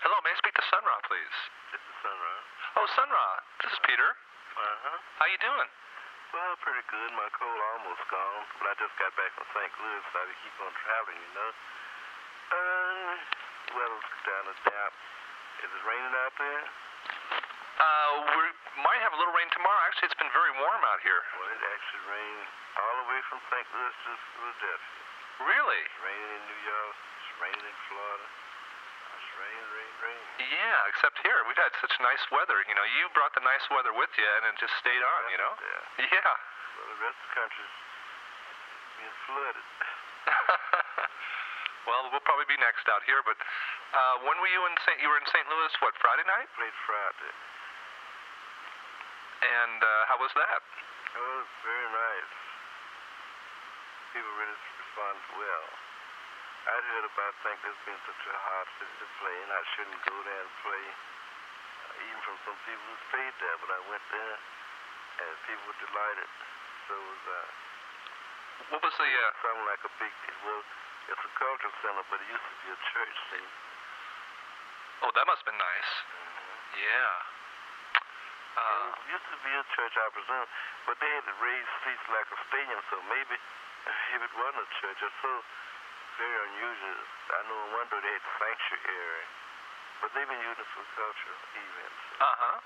Hello, may I speak to Sunra, please? This is Sunra. Oh, Sunra, this is Peter. Uh huh. How you doing? Well, pretty good. My cold almost gone, but I just got back from St. Louis, so I could keep on traveling, you know. Um, well, down the tap. Is it raining out there? Uh, we might have a little rain tomorrow. Actually, it's been very warm out here. Well, it actually rained all the way from St. Louis to Philadelphia. Really? It's raining in New York. It's raining in Florida. It's raining, rain, rain. Yeah, except here. We've had such nice weather. You know, you brought the nice weather with you, and it just stayed on, you know? Yeah. Yeah. Well, the rest of the country's being flooded. well, we'll probably be next out here, but uh, when were you in St. You were in St. Louis, what, Friday night? Played Friday. And uh, how was that? Oh, it's very nice. People really respond well. I heard about things that's been such a hard city to play, and I shouldn't go there and play. Uh, even from some people who stayed there, but I went there, and people were delighted. So it was uh, What was the, uh, something like a big, it was, it's a cultural center, but it used to be a church, see? oh, that must have been nice. Yeah. Uh, It used to be a church, I presume, but they had raised seats like a stadium, so maybe if it wasn't a church, it's so very unusual. I know in one door they had sanctuary, but they've been using it for cultural events. uh-huh.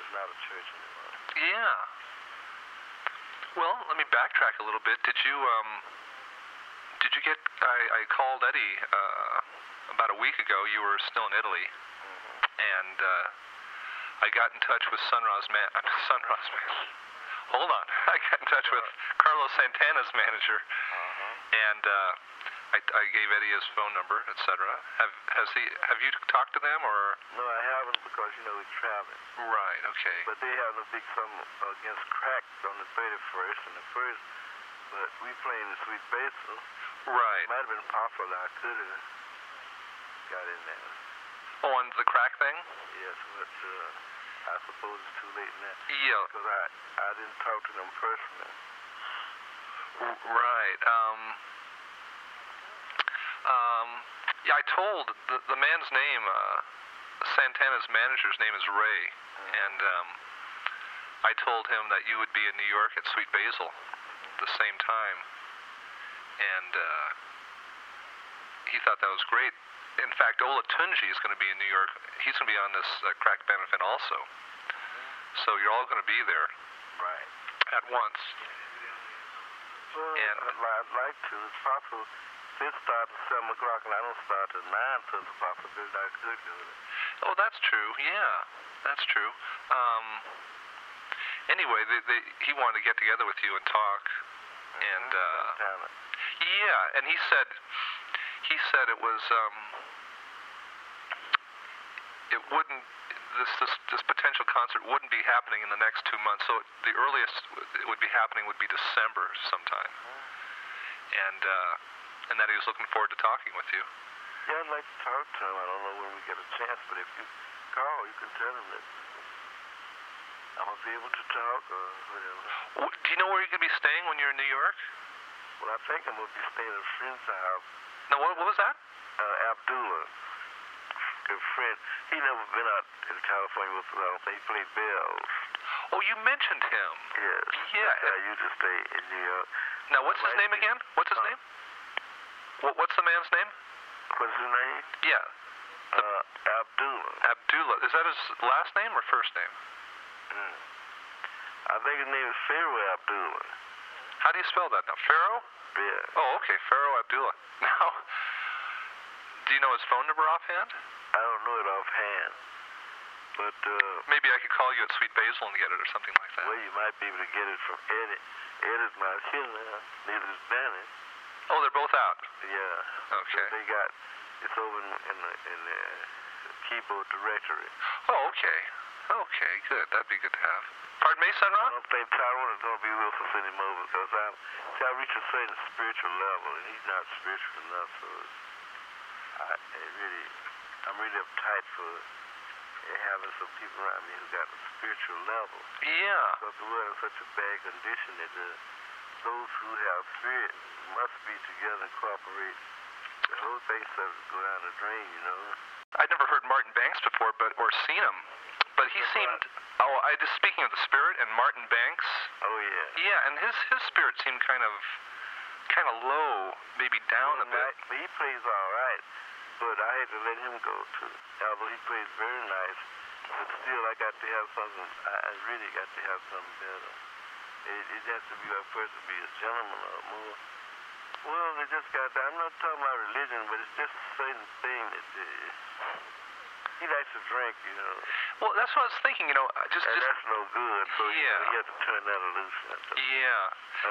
It's not a church anymore. Yeah. Well, let me backtrack a little bit. Did you um did you get I, I called Eddie uh about a week ago. You were still in Italy Mm-hmm. and uh I got in touch with Sunra's man Sunra's man. Hold on. I got in touch with Carlos Santana's manager Uh-huh. and uh I, I gave Eddie his phone number, etc. Have has he have you talked to them or No, I haven't because, you know, we're traveling. Right, okay. But they have a big something against crack on the 31st and the 1st, but we playing the Sweet Basil. It Right. might have been popular. I could have got in there. Oh, on the crack thing? Yes, but uh, I suppose it's too late now. Yeah. Because I, I didn't talk to them personally. R- Right. Um, um, yeah, I told the, the man's name, uh, Santana's manager's name is Ray, Uh, and um, I told him that you would be in New York at Sweet Basil the same time, and uh, he thought that was great. In fact, Ola Tunji is going to be in New York. He's going to be on this uh, crack benefit also. So you're all going to be there Right. at once. Well, And- I'd, li- I'd like to. It's possible. They start at 7 o'clock and I don't start till 9, so it's a possibility I could do it. Oh, that's true. Yeah, that's true. Um, anyway, they, they, he wanted to get together with you and talk, and uh, Sometime. yeah, and he said, he said it was, um, it wouldn't, this, this this potential concert wouldn't be happening in the next two months. So it, the earliest it would be happening would be December sometime, and uh, and that he was looking forward to talking with you. Yeah, I'd like to talk to them. I don't know when we get a chance, but if you call, you can tell them that I'm going to be able to talk or whatever. Wh- Do you know where you're gonna be staying when you're in New York? Well, I think I'm going to be staying at a friend's house. No, what, what was that? uh, Abdullah, good friend. He never been out in California with us. I don't think he played bells. Oh, you mentioned him. Yes. Yeah, That's how and- you just stay in New York. Now, what's his name again? What's his name? What, what's the man's name? What's his name? Yeah, Uh, Abdullah. Abdullah. Is that his last name or first name? Mm. I think his name is Pharaoh Abdullah. How do you spell that now? Pharaoh? Yeah. Oh, okay, Pharaoh Abdullah. Now, do you know his phone number offhand? I don't know it offhand. But, uh, Maybe I could call you at Sweet Basil and get it or something like that. well, you might be able to get it from Eddie. Eddie's not here now. Neither is Danny. Oh, they're both out. Yeah. Okay. They got, it's over in, in, the, in the keyboard directory. Oh, okay. Okay, good. That'd be good to have. Pardon me, Sunra? I don't think Tyrone is going to be with us anymore because I, see, I reached a certain spiritual level, and he's not spiritual enough. So it's- I, it really, I'm really uptight for having some people around me who got a spiritual level. Yeah. Because the world is such a bad condition that uh, those who have spirit must be together and cooperate The whole thing started to go down the drain, you know. I'd never heard Martin Banks before, but or seen him, but he Right. seemed. Oh, I just speaking of the spirit and Martin Banks. Oh yeah. Yeah, and his his spirit seemed kind of, kind of low, maybe down a bit. Nice, but he plays all right, but I had to let him go too. Although he plays very nice, but still I got to have something. I, I really got to have something better. It, it has to be a person be a gentleman or more. Well, it just got. To, I'm not talking about religion, but it's just a certain thing that uh, he likes to drink, you know, Well, that's what I was thinking. You know, I just and just. that's no good. So you know, Yeah. he had to turn that loose. That's all. Yeah.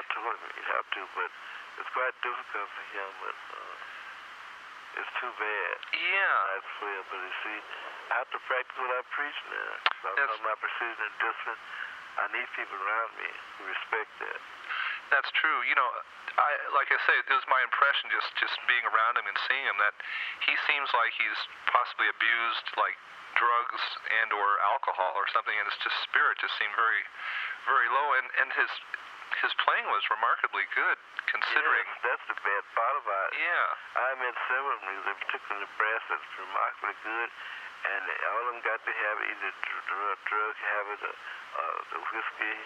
I told him he'd have to, but it's quite difficult for him, but uh, it's too bad. Yeah. I swear, but you see, I have to practice what I preach now. So I'm Yes. talking about precision and discipline. I need people around me who respect that. That's true. You know, I like I say, it was my impression just just being around him and seeing him that he seems like he's possibly abused like drugs and or alcohol or something, and his just spirit just seemed very, very low. And and his his playing was remarkably good considering. Yes, that's the bad part about it. Yeah. I met several music, particularly the brass, that's remarkably good, and all of them got to have either dr- dr- drug habit or uh, the whiskey.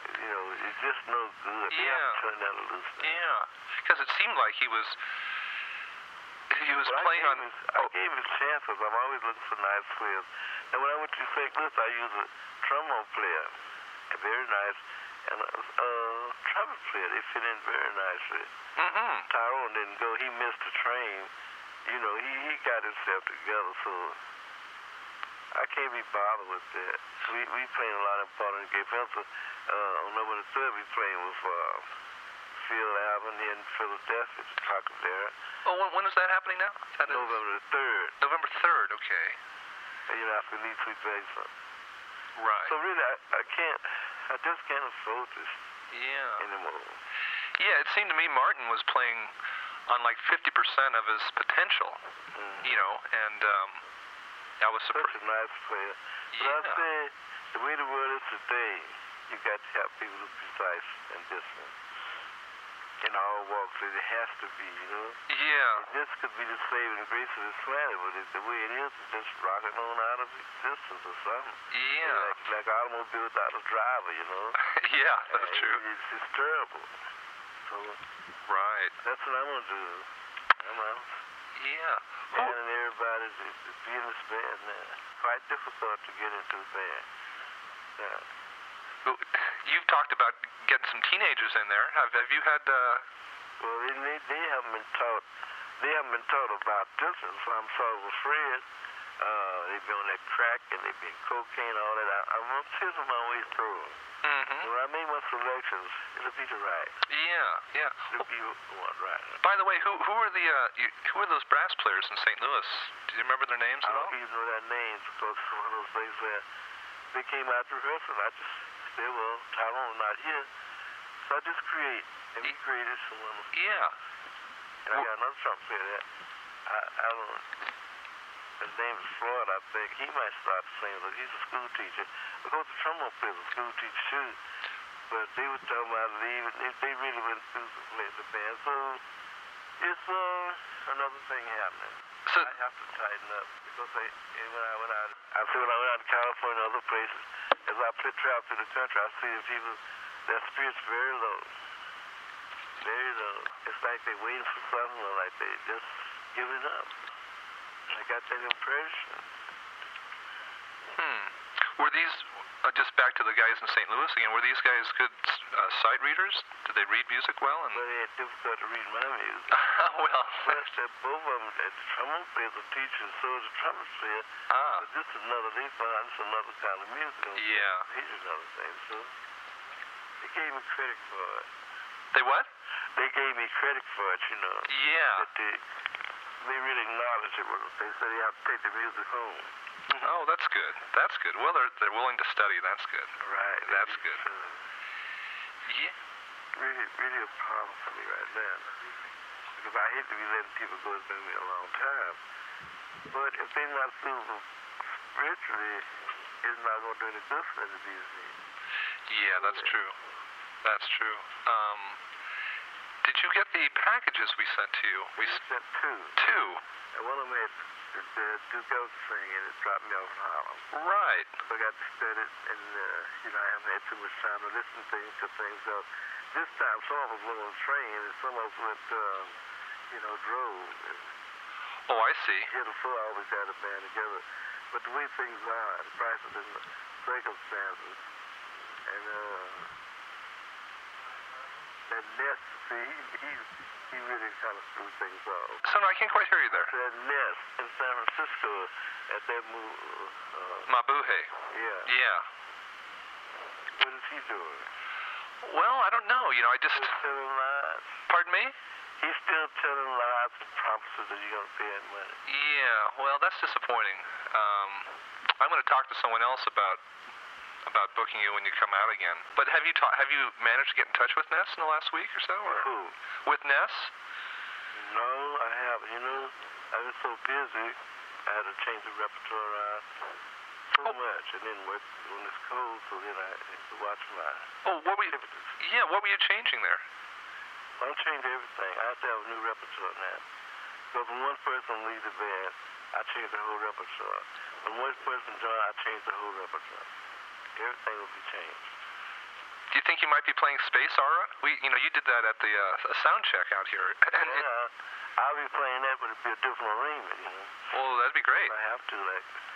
You know, it's just no good. They have to Yeah. turn that loose. now. Yeah. Because it seemed like he was. He was Well, I playing gave on. his, I oh, gave him chances. I'm always looking for nice players. And when I went to St. Louis, I used a trombone player, a very nice, and a, a trumpet player. They fit in very nicely. mm-hmm. Tyrone didn't go. He missed the train. You know, he, he got himself together, so I can't be bothered with that. We we playing a lot of important games. Also, uh, on number the third, we playing with uh, Phil Alvin in Philadelphia, the Taco there. Oh, when, when is that happening now? That is- November the third. November third. Okay. And, you know, I can lead to basement. Right. So really, I, I can't, I just can't afford this yeah. anymore. Yeah, it seemed to me Martin was playing on like 50% of his potential, Mm. you know, and um, I was Such surprised. a nice player. But I Yeah. say, the way the world is today, you got to have people who precise and disciplined. In all walks, it has to be, you know. Yeah, This could be the saving grace of this planet, but it, the way it is, it's just rocking on out of existence or something. yeah, Like, like automobiles out of driver, you know. yeah, that's Uh, true. It's, it's terrible. So. Right. That's what I'm gonna do. I'm out. Yeah. Who, And everybody's it's a fearless band now. Quite difficult to get into the band. Now, who- you've talked about getting some teenagers in there. Have, have you had, uh, well, they, they, they haven't been taught. They haven't been taught about discipline. So I'm sorry with Fred. Uh, they've been on that crack and they've been cocaine, all that. I, I'm gonna chisel my way through. 'em. mm-hmm. When I make my selections, it'll be the right. yeah, yeah. It'll be one right. By the way, who who are the uh, you, who are those brass players in St. Louis? Do you remember their names I at all? don't even know their names because it's one of those things where they came out to rehearsal. I just said, well, Tyrone not here. So I just create. And we created some of them. Yeah. And I got another trumpet player that I, I don't His name is Floyd, I think. He might start singing. Look, he's a school teacher. Of course, the trombone player's a school teacher, too. But they were talking about leaving. They, they really went through the, play- the band. So it's uh, another thing happening. So, I have to tighten up because I, and when I went out, I see when I went out to California and other places, as I put travel through the country, I see the people, their spirits very low. Very low. It's like they're waiting for something or like they just giving up. I got that impression. hmm. Were these uh, just back to the guys in St. Louis again? Were these guys good uh, sight readers? Did they read music well? And But it had difficult to read my music. well, Plus, that both of them, that the trumpet player, the teacher, and so is the trumpet player, ah, but this is another, they found this another kind of music. yeah. He did another thing, so they gave me credit for it. They what? They gave me credit for it, you know. Yeah. That they, they really acknowledged it. When they said you have to take the music home. Oh, that's good. That's good. Well, they're they're willing to study. That's good. Right. That's good. So, Yeah. really, really a problem for me right now. Because I hate to be letting people go. It's been me a long time. But if they're not suitable spiritually, it's not going to do any good for them to be with me. Yeah, that's true. That's true. Um, Did you get the packages we sent to you? We We s- sent two. two. And one of them had the, the Duke thing and it dropped me off in Harlem. Right. So I got to study it and, uh, you know, I haven't had too much time to listen to things because things up. This time some of us went on the train and some of us went, uh, you know, drove. And Oh, I see. here the four always had a band together. But the way things are, the prices and the circumstances, and, uh, that Ness, see, he, he, he really kind of screwed things up. Son, I can't quite hear you there. That Ness in San Francisco at that move, uh, Mabuhay. yeah. Yeah. What is he doing? Well, I don't know. You know, I just. Still telling lies. Pardon me? He's still telling lies and promises that you're gonna pay him money. Yeah. Well, that's disappointing. Um, I'm going to talk to someone else about about booking you when you come out again. But have you ta- have you managed to get in touch with Ness in the last week or so? Or Who? with Ness? No, I have. You know, I was so busy. I had to change the repertoire around so Oh. much. It didn't work when it's cold, so then I had to watch my Oh, what were you? activities. Yeah, what were you changing there? I don't change everything. I have to have a new repertoire now. Because when one person leaves the band, I change the whole repertoire. When one person joins, I change the whole repertoire. Everything will be changed. Do you think you might be playing Space Aura? We, you know, you did that at the uh, sound check out here. And it, yeah, I'll be playing that, but it'd be a different arrangement, you know. well, that'd be great. I have to, like, 'cause-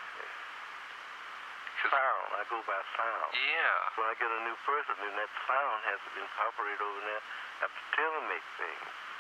sound. I go by sound. yeah. When I get a new person, then that sound has to be incorporated over there. I have to tailor make things.